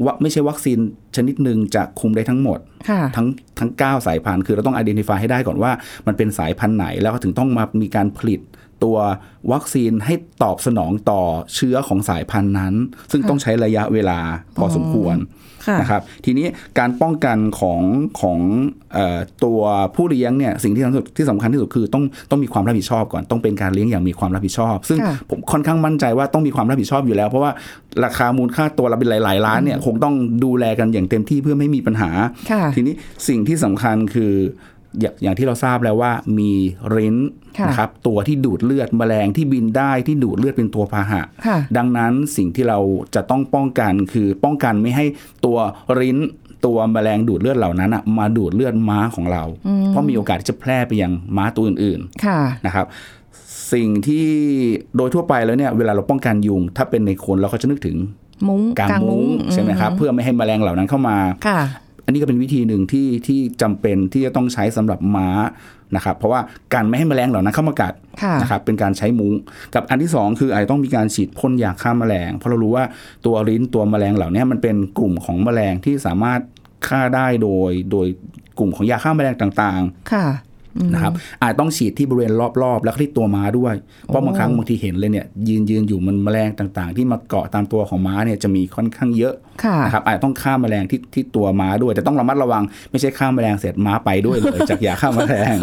Speaker 3: วะไม่ใช่วัคซีนชนิดหนึ่งจะคุมได้ทั้งหมด
Speaker 2: ค่ะ
Speaker 3: ทั้งทั้ง 9 สายพันธุ์คือเราต้อง identify ให้ได้ก่อนว่า มันเป็นสายพันธุ์ไหนแล้วก็ถึงต้องมามีการผลิตตัววัคซีนให้ตอบสนองต่อเชื้อของสายพันธุ์นั้น ซึ่งต้องใช้ระยะเวลาพออ
Speaker 2: อ
Speaker 3: สมควร
Speaker 2: ค่ะ
Speaker 3: นะครับทีนี้การป้องกันของของเออตัวผู้เลี้ยงเนี่ยสิ่งที่สำคัญที่สำคัญที่สุดคือต้องต้องมีความรับผิดชอบก่อนต้องเป็นการเลี้ยงอย่างมีความรับผิดชอบ ซึ่ง
Speaker 2: ค่ะ
Speaker 3: ผมค่อนข้างมั่นใจว่าต้องมีความรับผิดชอบอยู่แล้ว เพราะว่าราคามูลค่าตัวเราเป็นหลายๆล้านเนี่ยคงต้องดูแลกันอย่างเต็มที่เพื่อไม่มีปัญหา
Speaker 2: ค่ะ
Speaker 3: ทีนี้สิ่งที่สำคัญคืออย่างอย่างที่เราทราบแล้วว่ามีริ้น
Speaker 2: ค่ะ
Speaker 3: นะครับตัวที่ดูดเลือดแมลงที่บินได้ที่ดูดเลือดเป็นตัวพาหะ
Speaker 2: ค่ะ
Speaker 3: ดังนั้นสิ่งที่เราจะต้องป้องกันคือป้องกันไม่ให้ตัวริ้นตัวแมลงดูดเลือดเหล่านั้นอะมาดูดเลือดม้าของเรา เพราะมีโอกาสที่จะแพร่ไปยังม้าตัวอื่น ๆ
Speaker 2: ค่ะ
Speaker 3: นะครับสิ่งที่โดยทั่วไปแล้วเนี่ยเวลาเราป้องกันยุง ถ้าเป็นในคนเราก็จะนึกถึง
Speaker 2: มุ้ง
Speaker 3: กางมุ้งใช่ไหมครับ
Speaker 2: อื
Speaker 3: เพื่อไม่ให้แมลงเหล่านั้นเข้ามา
Speaker 2: ค่ะ
Speaker 3: อันนี้ก็เป็นวิธีหนึ่งที่ที่จำเป็นที่จะต้องใช้สำหรับม้านะครับเพราะว่าการไม่ให้แมลงเหล่านั้นเข้ามากัด
Speaker 2: ค่ะ
Speaker 3: นะครับเป็นการใช้มุ้งกับอันที่สองคืออาจจะต้องมีการฉีดพ่นยาฆ่าแมลง เพราะเรารู้ว่าตัวลิ้นตัวแมลงเหล่านี้มันเป็นกลุ่มของแมลงที่สามารถฆ่าได้โดยโดยกลุ่มของยาฆ่าแมลงต่างๆ
Speaker 2: ค่ะอืม
Speaker 3: นะครับอาจต้องฉีดที่บริเวณรอบๆ แล้วก็ที่ตัวม้าด้วย เพราะบางครั้งบางทีเห็นเลยเนี่ยยืนยืนอยู่มันแมลงต่างๆ ที่มาเกาะตามตัวของม้าเนี่ยจะมีค่อนข้างเยอะ
Speaker 2: ค่ะ
Speaker 3: นะครับอาจต้องฆ่าแมลงที่ที่ตัวม้าด้วย แต่ต้องระมัดระวังไม่ใช่ฆ่าแมลงเสร็จม้าไปด้วยเลย จากยาฆ่าแมลง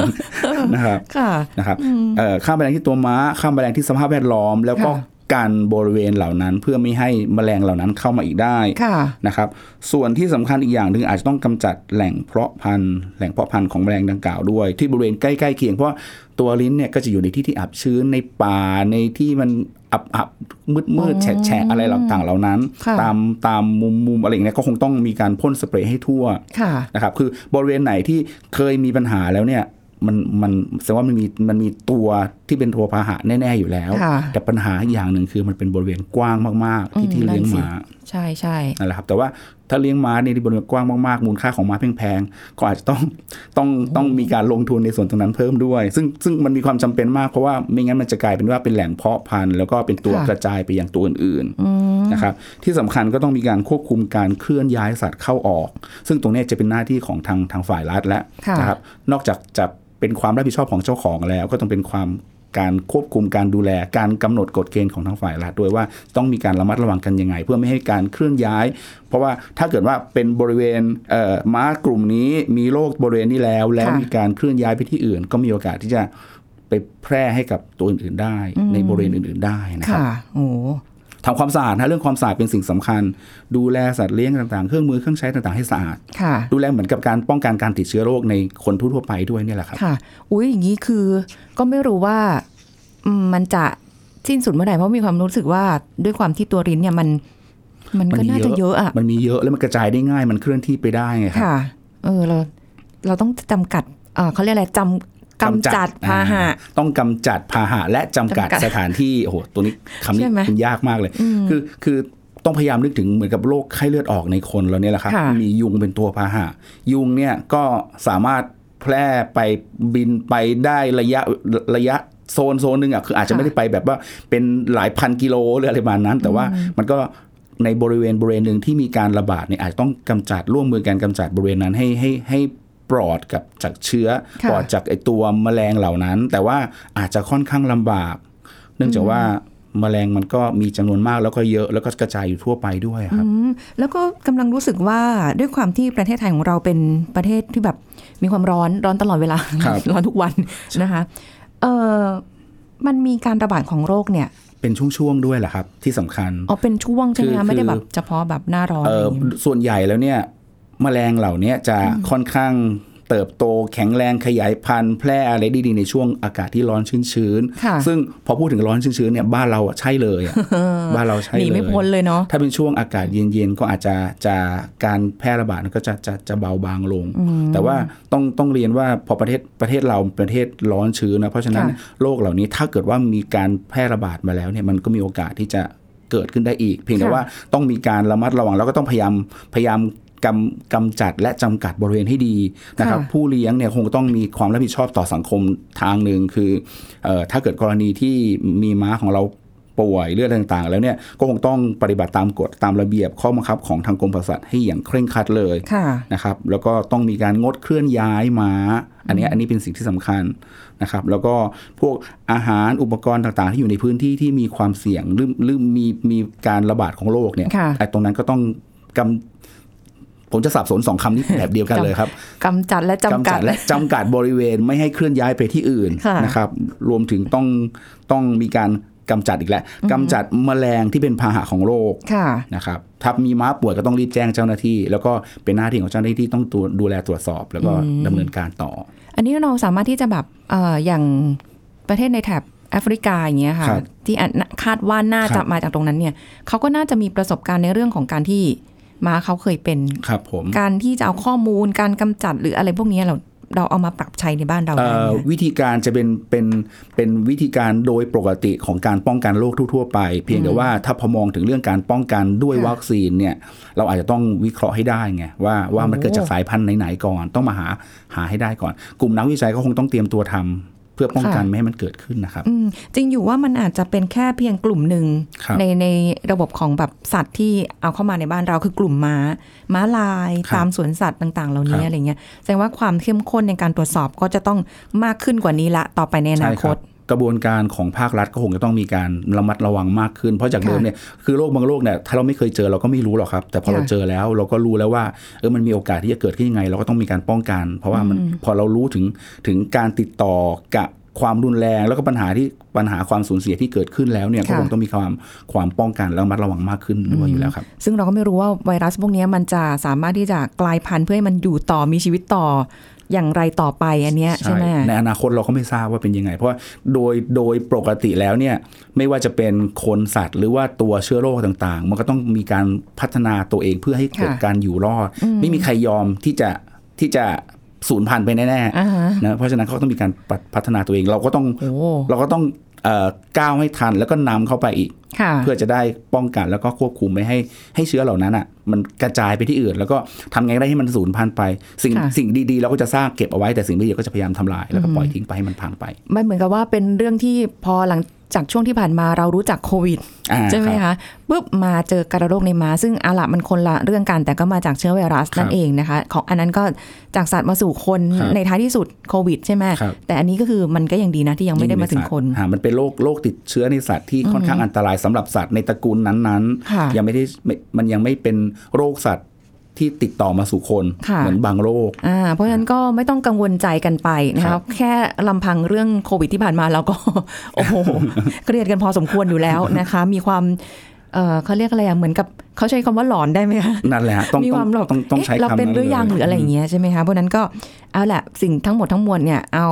Speaker 3: นะครับ
Speaker 2: ค่ะ
Speaker 3: นะครับเอ่อฆ่าแมลงที่ตัวม้าฆ่าแมลงที่สภาพแวดล้อม แล้วก็
Speaker 2: ค่ะ
Speaker 3: กันบริเวณเหล่านั้น เพื่อไม่ให้แมลงเหล่านั้นเข้ามาอีกได้
Speaker 2: ค่ะ
Speaker 3: นะครับส่วนที่สำคัญอีกอย่างหนึ่งอาจจะต้องกำจัดแหล่งเพาะพันธุ์แหล่งเพาะพันธุ์ของแมลงดังกล่าวด้วย ที่บริเวณใกล้ๆเคียงเพราะว่าตัวลิ้นเนี่ยก็จะอยู่ในที่ที่อับชื้นในป่าในที่มันอับอับมืดมืดๆแฉะแฉะอะไรต่างๆเหล่านั้น
Speaker 2: ค่ะ
Speaker 3: ตามตามมุมมุมอะไรอย่างเงี้ยก็คงต้องมีการพ่นสเปรย์ให้ทั่ว
Speaker 2: ค่ะ
Speaker 3: นะครับคือบริเวณไหนที่เคยมีปัญหาแล้วเนี่ยมันมันแสดงว่ามันมีมันมีตัวที่เป็นตัวพาหะแน่ๆอยู่แล้ว
Speaker 2: ค่ะ
Speaker 3: แต่ปัญหาอีกอย่างหนึ่งคือมันเป็นบริเวณกว้างมากๆ ที่ที่เลี้ยงหมา
Speaker 2: ใช่ใช่
Speaker 3: นั่นแหละครับแต่ว่าถ้าเลี้ยงม้าเนี่ยที่บริเวณกว้างมากๆมูลค่าของม้าแพงๆก็อาจจะต้อง ต้องต้องมีการลงทุนในส่วนตรงนั้นเพิ่มด้วย ซึ่งซึ่งมันมีความจำเป็นมากเพราะว่าไม่งั้นมันจะกลายเป็นว่าเป็นแหล่งเพาะพันธุ์แล้วก็เป็นตัว
Speaker 2: ค่ะ
Speaker 3: กระจายไปยังตัวอื่นๆนะครับที่สำคัญก็ต้องมีการควบคุมการเคลื่อนย้ายสัตว์เข้าออก ซึ่งตรงเนี้ยจะเป็นหน้าที่ของทางทางฝ่ายรัฐและ
Speaker 2: ค่ะ
Speaker 3: นะครับนอกจากจะเป็นความรับผิดชอบของเจ้าของแล้ว ก็ต้องเป็นความการควบคุมการดูแล การกำหนดกฎเกณฑ์ของทางฝ่ายรัฐด้วยว่าต้องมีการระมัดระวังกันยังไง เพื่อไม่ให้การเคลื่อนย้าย เพราะว่าถ้าเกิดว่าเป็นบริเวณเอ่อม้ากลุ่มนี้มีโรคบริเวณนี้แล้ว แล้ว
Speaker 2: ค่ะ
Speaker 3: มีการเคลื่อนย้ายไปที่อื่น ก็มีโอกาสที่จะไปแพร่ให้กับตัวอื่นๆได้ ในบริเวณอื่นๆได้นะครับ
Speaker 2: ค่ะ โอ้
Speaker 3: ทำความสะอาดนะเรื่องความสะอาดเป็นสิ่งสำคัญ ดูแลสัตว์เลี้ยงต่างๆ เครื่องมือเครื่องใช้ต่างๆให้สะอาด
Speaker 2: ค่ะ
Speaker 3: ดูแลเหมือนกับการป้องกันการติดเชื้อโรคในคนทั่วๆไปด้วยเนี่ยแหละครับ
Speaker 2: ค่ะ อุ้ยอย่างนี้คือก็ไม่รู้ว่าอืมมันจะ สิ้นสุดเมื่อไหร่เพราะมีความรู้สึกว่าด้วยความที่ตัวริ้นเนี่ยมัน มันก็น่าจะเยอะอะ
Speaker 3: มันมีเยอะแล้วมันกระจายได้ง่ายมันเคลื่อนที่ไปได้ไงครับ
Speaker 2: ค่ะ เออเราเราต้องจำกัดเอ่อเขาเรียกอะไรจำกำจัดพาหะ
Speaker 3: อ่ต้องกำจัดพาหะและจำกัด
Speaker 2: จำกัด
Speaker 3: สถานที่โอ้โหตัวนี้คำนี้
Speaker 2: ใช่ไหม
Speaker 3: มันยากมากเลย คือคือต้องพยายามนึกถึงเหมือนกับโรคไข้เลือดออกในคนเราเนี่ยแหละครับ
Speaker 2: ค่ะ
Speaker 3: มียุงเป็นตัวพาหะ ยุงเนี่ยก็สามารถแพร่ไปบินไปได้ระยะระยะโซนโซนหนึ่งอ่ะคืออาจจะไม่ได้ไปแบบว่าเป็นหลายพันกิโลหรืออะไรประมาณนั้น แต่ว่ามันก็ในบริเวณบริเวณหนึ่งที่มีการระบาดเนี่ยอาจจะต้องกำจัดร่วมมือกันกำจัดบริเวณนั้นให้ให้ให้ปลอดกับจากเชื้อ
Speaker 2: ค่ะ
Speaker 3: ปลอดจากไอตัวแมลงเหล่านั้น แต่ว่าอาจจะค่อนข้างลำบาก เนื่องจากว่าแมลงมันก็มีจำนวนมากแล้วก็เยอะแล้วก็กระจายอยู่ทั่วไปด้วยครับ
Speaker 2: อืมแล้วก็กำลังรู้สึกว่าด้วยความที่ประเทศไทยของเราเป็นประเทศที่แบบมีความร้อนร้อนตลอดเวลา
Speaker 3: ครับ
Speaker 2: ร้อนทุกวันนะคะเออมันมีการระบาดของโรคเนี่ย
Speaker 3: เป็นช่วงๆด้วยแหละครับที่สำคัญ
Speaker 2: อ๋อเป็นช่วงใช่ไหม
Speaker 3: คือ
Speaker 2: คะไม่ได้
Speaker 3: คือ
Speaker 2: แบบเฉพาะแบบหน้าร้อน
Speaker 3: เอ่อ
Speaker 2: อะไรอย่างเงี้ย
Speaker 3: ส่วนใหญ่แล้วเนี่ยแมลงเหล่าเนี้ยจะค่อนข้างเติบโตแข็งแรงขยายพันธุ์แพร่อะไรได้ดีในช่วงอากาศที่ร้อนชื้น
Speaker 2: ค่ะ
Speaker 3: ๆซึ่งพอพูดถึงร้อนชื้นๆเนี่ยบ้านเราอะใช่เลยอะบ้านเราใช่
Speaker 2: ห
Speaker 3: เลย
Speaker 2: นีไม่พ้นเลยเนาะ
Speaker 3: ถ้าเป็นช่วงอากาศเย็นๆ ก็อาจจะจะการแพร่ระบาดก็จะจะจะเบาบางลง แต่ว่าต้องต้องเรียนว่าพอประเทศประเทศเราเป็นประเทศร้อนชื้นนะเพราะฉะนั้น
Speaker 2: ค่ะ
Speaker 3: โรคเหล่านี้ถ้าเกิดว่ามีการแพร่ระบาดมาแล้วเนี่ยมันก็มีโอกาสที่จะเกิดขึ้นได้อีก เพียงแต่ว่าต้องมีการระมัดระวังแล้วก็ต้องพยายามพยายามกำกำจัดและจำกัดบริเวณให้ดีนะครับ ผู้เลี้ยงเนี่ยคงต้องมีความรับผิดชอบต่อสังคมทางหนึ่งคือเออถ้าเกิดกรณีที่มีม้าของเรา ป่วยเลือดต่างๆ แล้วเนี่ยก็คงต้องปฏิบัติตามกฎตามระเบียบข้อบังคับของทางกรมปศุสัตว์ให้อย่างเคร่งครัดเลย
Speaker 2: ค่ะ
Speaker 3: นะครับ แล้วก็ต้องมีการงดเคลื่อนย้ายม้า อันเนี้ยอันนี้เป็นสิ่งที่สำคัญนะครับ แล้วก็พวกอาหารอุปกรณ์ต่างๆ ที่อยู่ในพื้นที่ที่มีความเสี่ยงหรือหรือมีมีการระบาดของโรคเนี่ย
Speaker 2: ค่ะ
Speaker 3: ไอ้ตรงนั้นก็ต้องกำผมจะสับสนสองคำนี้แบบเดียวกันเลยครับ
Speaker 2: กำจัดและจำกัด
Speaker 3: และจำกัดบริเวณไม่ให้เคลื่อนย้ายไปที่อื่น
Speaker 2: ค่ะ
Speaker 3: นะครับ รวมถึงต้องต้องมีการกำจัดอีกแล้วกำจัดแมลงที่เป็นพาหะของโรค
Speaker 2: ค่ะ
Speaker 3: นะครับถ้ามีม้าป่วยก็ต้องรีบแจ้งเจ้าหน้าที่ แล้วก็เป็นหน้าที่ของเจ้าหน้าที่ที่ต้องตรวจดูแลตรวจสอบ แล้วก็ดำเนินการต่อ
Speaker 2: อันนี้เราสามารถที่จะแบบเอ่ออย่างประเทศในแถบแอฟริกาอย่างเงี้ยค่ะ
Speaker 3: ครับ
Speaker 2: ที่อ่ะน่ะคาดว่าน่า
Speaker 3: ค
Speaker 2: จะ
Speaker 3: รับ
Speaker 2: มาจากตรงนั้นเนี่ยเขาก็น่าจะมีประสบการณ์ในเรื่องของการที่ม้าเขาเคยเป็น
Speaker 3: ครับผม
Speaker 2: การที่จะเอาข้อมูลการกำจัดหรืออะไรพวกนี้เราเราเอามาปรับใช้ในบ้านเราได้ไหม
Speaker 3: เอ่อ
Speaker 2: คะ
Speaker 3: วิธีการจะเป็นเป็นเป็นวิธีการโดยปกติของการป้องกันโรคทั่วๆไป เพียงแต่ว่าถ้าพอมองถึงเรื่องการป้องกันด้วย
Speaker 2: ค่ะ
Speaker 3: วัคซีนเนี่ยเราอาจจะต้องวิเคราะห์ให้ได้ไงว่าว่ามัน
Speaker 2: โอ้
Speaker 3: เกิดจากสายพันธุ์ไหนๆก่อน ต้องมาหาหาให้ได้ก่อน กลุ่มนักวิจัยก็คงต้องเตรียมตัวทำเพื่อป้องกันไม่ให้มันเกิดขึ้นนะครับ
Speaker 2: อืมจริงอยู่ว่ามันอาจจะเป็นแค่เพียงกลุ่มหนึ่ง
Speaker 3: ครับ
Speaker 2: ในในระบบของแบบสัตว์ที่เอาเข้ามาในบ้านเราคือกลุ่มม้า ม้าลาย
Speaker 3: ครับ
Speaker 2: ตามสวนสัตว์ต่าง ๆ เหล่านี้
Speaker 3: ครับ
Speaker 2: อะไรเงี้ยแสดงว่าความเข้มข้นในการตรวจสอบก็จะต้องมากขึ้นกว่านี้ละต่อไปในอนาคต
Speaker 3: ใช่รับกระบวนการของภาครัฐก็คงจะต้องมีการระมัดระวังมากขึ้น เพราะจาก
Speaker 2: ค่ะ
Speaker 3: เดิมเนี่ยคือโรคบางโรคเนี่ยถ้าเราไม่เคยเจอเราก็ไม่รู้หรอกครับ แต่พอเรา
Speaker 2: ค่ะ
Speaker 3: เจอแล้วเราก็รู้แล้วว่าเออมันมีโอกาสที่จะเกิดขึ้นยังไง เราก็ต้องมีการป้องกัน เพราะว่ามันพอเรารู้ถึงถึงการติดต่อกับความรุนแรง แล้วก็ปัญหาที่ปัญหาความสูญเสียที่เกิดขึ้นแล้วเนี่ยก็
Speaker 2: ค่ะ
Speaker 3: คงต้องมีความความป้องกันและระมัดระวังมากขึ้นด้วยอยู่แล้วครับ
Speaker 2: ซึ่งเราก็ไม่รู้ว่าไวรัสพวกนี้มันจะสามารถที่จะกลายพันธุ์เพื่อให้มันอยู่ต่อมีชีวิตต่ออย่างไรต่อไปอันเนี้ยใช่ไหม
Speaker 3: ในอนาคตเราก็ไม่ทราบว่าเป็นยังไง เพราะว่าโดยโดยปกติแล้วเนี่ยไม่ว่าจะเป็นคนสัตว์ หรือว่าตัวเชื้อโรคต่างๆ มันก็ต้องมีการพัฒนาตัวเองเพื่อให้เกิด
Speaker 2: ค่ะ
Speaker 3: การอยู่รอด ไม่มีใครยอมที่จะที่จะสูญพันธุ์ไปแน่
Speaker 2: อ่าฮะ
Speaker 3: ๆนะเพราะฉะนั้นเขาต้องมีการปรับพัฒนาตัวเอง เราก็ต้อง
Speaker 2: โอ้
Speaker 3: เราก็ต้องเอ่อก้าวให้ทันแล้วก็นำเข้าไปอีก
Speaker 2: ค่ะ
Speaker 3: เพื่อจะได้ป้องกันแล้วก็ควบคุมไม่ให้ให้เชื้อเหล่านั้นอ่ะมันกระจายไปที่อื่น แล้วก็ทำไงก็ได้ให้มันสูญพันธุ์ไป สิ่ง
Speaker 2: ค่ะ
Speaker 3: สิ่งดีๆ เราก็จะสร้างเก็บเอาไว้แต่สิ่งไม่ดีเราก็จะพยายามทำลายแล้วก็ปล่อยทิ้งไปให้มันพังไป
Speaker 2: มันเหมือนกับว่าเป็นเรื่องที่พอหลังจากช่วงที่ผ่านมาเรารู้จักโควิด
Speaker 3: อ่า
Speaker 2: ใช่ไหม
Speaker 3: รับ
Speaker 2: คะปุ๊บมาเจอกระโรคในม้า ซึ่งเอาละมันคนละเรื่องกันแต่ก็มาจากเชื้อไวรัสนั่น
Speaker 3: ครับ
Speaker 2: เองนะคะ ของอันนั้นก็จากสัตว์มาสู่คน
Speaker 3: ครับ
Speaker 2: ในท้ายที่สุดโควิดใช่ไหม
Speaker 3: ครับ
Speaker 2: แต่อันนี้ก็คือมันก็ยังดีนะที่ยังไม่ได้มาถึงคน
Speaker 3: อ่ามันเป็นโรคโรคติดเชื้อในสัตว์ที่ค่อนข้างอันตรายสำหรับสัตว์ในตระกูลนั้น
Speaker 2: ค่ะ
Speaker 3: ๆ ยังไม่ได้ไม่มันยังไม่เป็นโรคสัตว์ที่ติดต่อมาสู่คน
Speaker 2: ค่ะ
Speaker 3: เหมือนบางโรค
Speaker 2: อ่าเพราะฉะนั้นก็ไม่ต้องกังวลใจกันไปนะ
Speaker 3: ค
Speaker 2: คะ
Speaker 3: รับ
Speaker 2: แค่ลำพังเรื่องโควิดที่ผ่านมาเราก็ โอ้โหเครียดกันพอสมควรอยู่แล้วนะคะ มีความเอ่อเขาเรียกอะไรอะเหมือนกับเขาใช้คำว่าหลอนได้ไหมคะ
Speaker 3: นั่นแหละฮะต้อง
Speaker 2: มี
Speaker 3: ต้
Speaker 2: ค
Speaker 3: อ
Speaker 2: วาม
Speaker 3: ง
Speaker 2: แบบ
Speaker 3: ต้องต้อง
Speaker 2: เะ
Speaker 3: ใช้คำ
Speaker 2: เราเป็น
Speaker 3: นั้น
Speaker 2: หรือยัง
Speaker 3: เล
Speaker 2: หรืออะไรอย่างเงี้ยใช่ไหมคะเพราะนั้นก็เอาแหละสิ่งทั้งหมดทั้งมวลเนี่ยเอา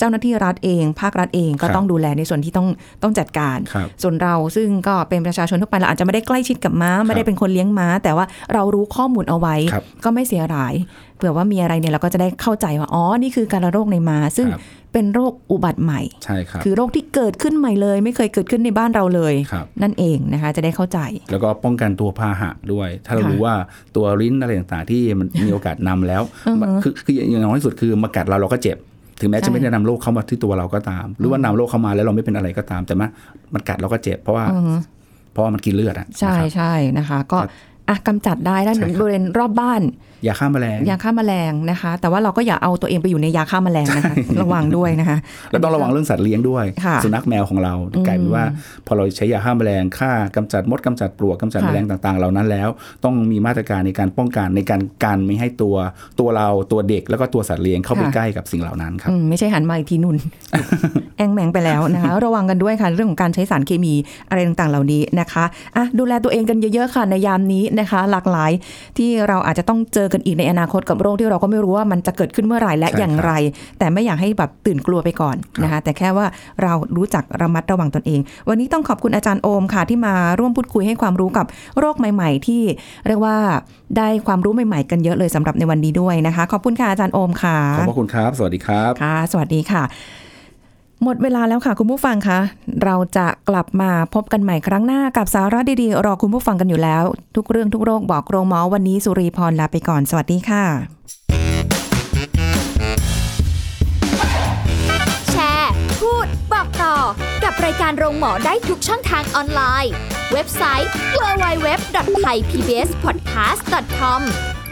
Speaker 2: เจ้าหน้าที่รัฐเอง ภาครัฐเองก็
Speaker 3: ครับ
Speaker 2: ต้องดูแลในส่วนที่ต้องต้องจัดการ
Speaker 3: ครับ
Speaker 2: ส่วนเราซึ่งก็เป็นประชาชนทั่วไปเราอาจจะไม่ได้ใกล้ชิดกับม้า ไม่ได้เป็นคนเลี้ยงม้า แต่ว่าเรารู้ข้อมูลเอาไว้
Speaker 3: ครับ
Speaker 2: ก็ไม่เสียหายเผื่อว่ามีอะไรเนี่ยเราก็จะได้เข้าใจว่าอ๋อนี่คือการระโรคในม้า ซึ่ง
Speaker 3: ครับ
Speaker 2: เป็นโรคอุบัติใหม่
Speaker 3: ใช่ครับ
Speaker 2: คือโรคที่เกิดขึ้นใหม่เลย ไม่เคยเกิดขึ้นในบ้านเราเลย
Speaker 3: ครับ
Speaker 2: นั่นเองนะคะ จะได้เข้าใจ
Speaker 3: แล้วก็ป้องกันตัวพาหะด้วย ถ้าเรา
Speaker 2: ค่ะ
Speaker 3: รู้ว่าตัวลิ้นอะไรต่างๆ ที่มัน มีโอกาสนำแล้ว
Speaker 2: อือฮึ
Speaker 3: คือคืออย่างน้อยที่สุดคือมากัดเราเราก็เจ็บ ถึงแม้
Speaker 2: ใช่
Speaker 3: จะไม่ได้นำโรคเข้ามาที่ตัวเราก็ตาม หรือว่านำโรคเข้ามาแล้วเราไม่เป็นอะไรก็ตาม แต่มันมันกัดเราก็เจ็บเพราะว่า
Speaker 2: อือฮึ
Speaker 3: เพราะว่ามันกินเลือดอะ
Speaker 2: ใช่
Speaker 3: นะครับ
Speaker 2: ใช่นะคะ ก็
Speaker 3: ครับ
Speaker 2: อ่ะกำจัดได้แล้ว
Speaker 3: ใช่ครับ
Speaker 2: บริเวณรอบบ้าน
Speaker 3: ยาฆ่าแมลง
Speaker 2: ยาฆ่าแมลงนะคะ แต่ว่าเราก็อย่าเอาตัวเองไปอยู่ในยาฆ่าแมลงนะคะ ระวังด้วยนะคะ
Speaker 3: แล้วต้องระวังเรื่องสัตว์เลี้ยงด้วย
Speaker 2: ค่ะ
Speaker 3: สุนัขแมวของเรากลายเป็นว่า พอเราใช้ยาฆ่าแมลงฆ่ากำจัดมดกำจัดปลวกกำจัด
Speaker 2: ค่ะ
Speaker 3: แมลงต่างๆ เหล่านั้นแล้ว ต้องมีมาตรการในการป้องกันในการกันไม่ให้ตัวตัวเราตัวเด็กแล้วก็ตัวสัตว์เลี้ยงเข้าไปใกล้กับสิ่งเหล่านั้นครับ
Speaker 2: อืมไม่ใช่หันมาอีกที นุ่น แองแมงไปแล้วนะคะ ระวังกันด้วยค่ะเรื่องของการใช้สารเคมีอะไรต่างๆเหล่านี้นะคะอ่ะดูแลตัวเองกันเยอะๆค่ะในยามนี้นะคะ หลากหลายที่เราอาจจะต้องเจอกันอีกในอนาคตกับโรคที่เราก็ไม่รู้ว่ามันจะเกิดขึ้นเมื่อไหร่และ
Speaker 3: ใช่ครับ
Speaker 2: อย่างไร แต่ไม่อยากให้แบบตื่นกลัวไปก่อนนะคะ แต่แค่ว่าเรารู้จักระมัดระวังตนเอง วันนี้ต้องขอบคุณอาจารย์โอมค่ะ ที่มาร่วมพูดคุยให้ความรู้กับโรคใหม่ ๆ ที่เรียกว่าได้ความรู้ใหม่ ๆ กันเยอะเลยสำหรับในวันนี้ด้วยนะคะ ขอบคุณค่ะอาจารย์โอมค่ะ
Speaker 3: ขอบพระคุณครับ สวัสดีครับ
Speaker 2: ค่ะ สวัสดีค่ะ หมดเวลาแล้วค่ะ คุณผู้ฟังคะ เราจะกลับมาพบกันใหม่ครั้งหน้ากับสาระดีๆ รอคุณผู้ฟังกันอยู่แล้ว ทุกเรื่องทุกโรคบอกโรงหมอวันนี้สุรีพรลาไปก่อน สวัสดีค่ะ
Speaker 1: แชร์ พูด บอกต่อ กับรายการโรงหมอได้ทุกช่องทางออนไลน์ เว็บไซต์ www.thaipbspodcast.com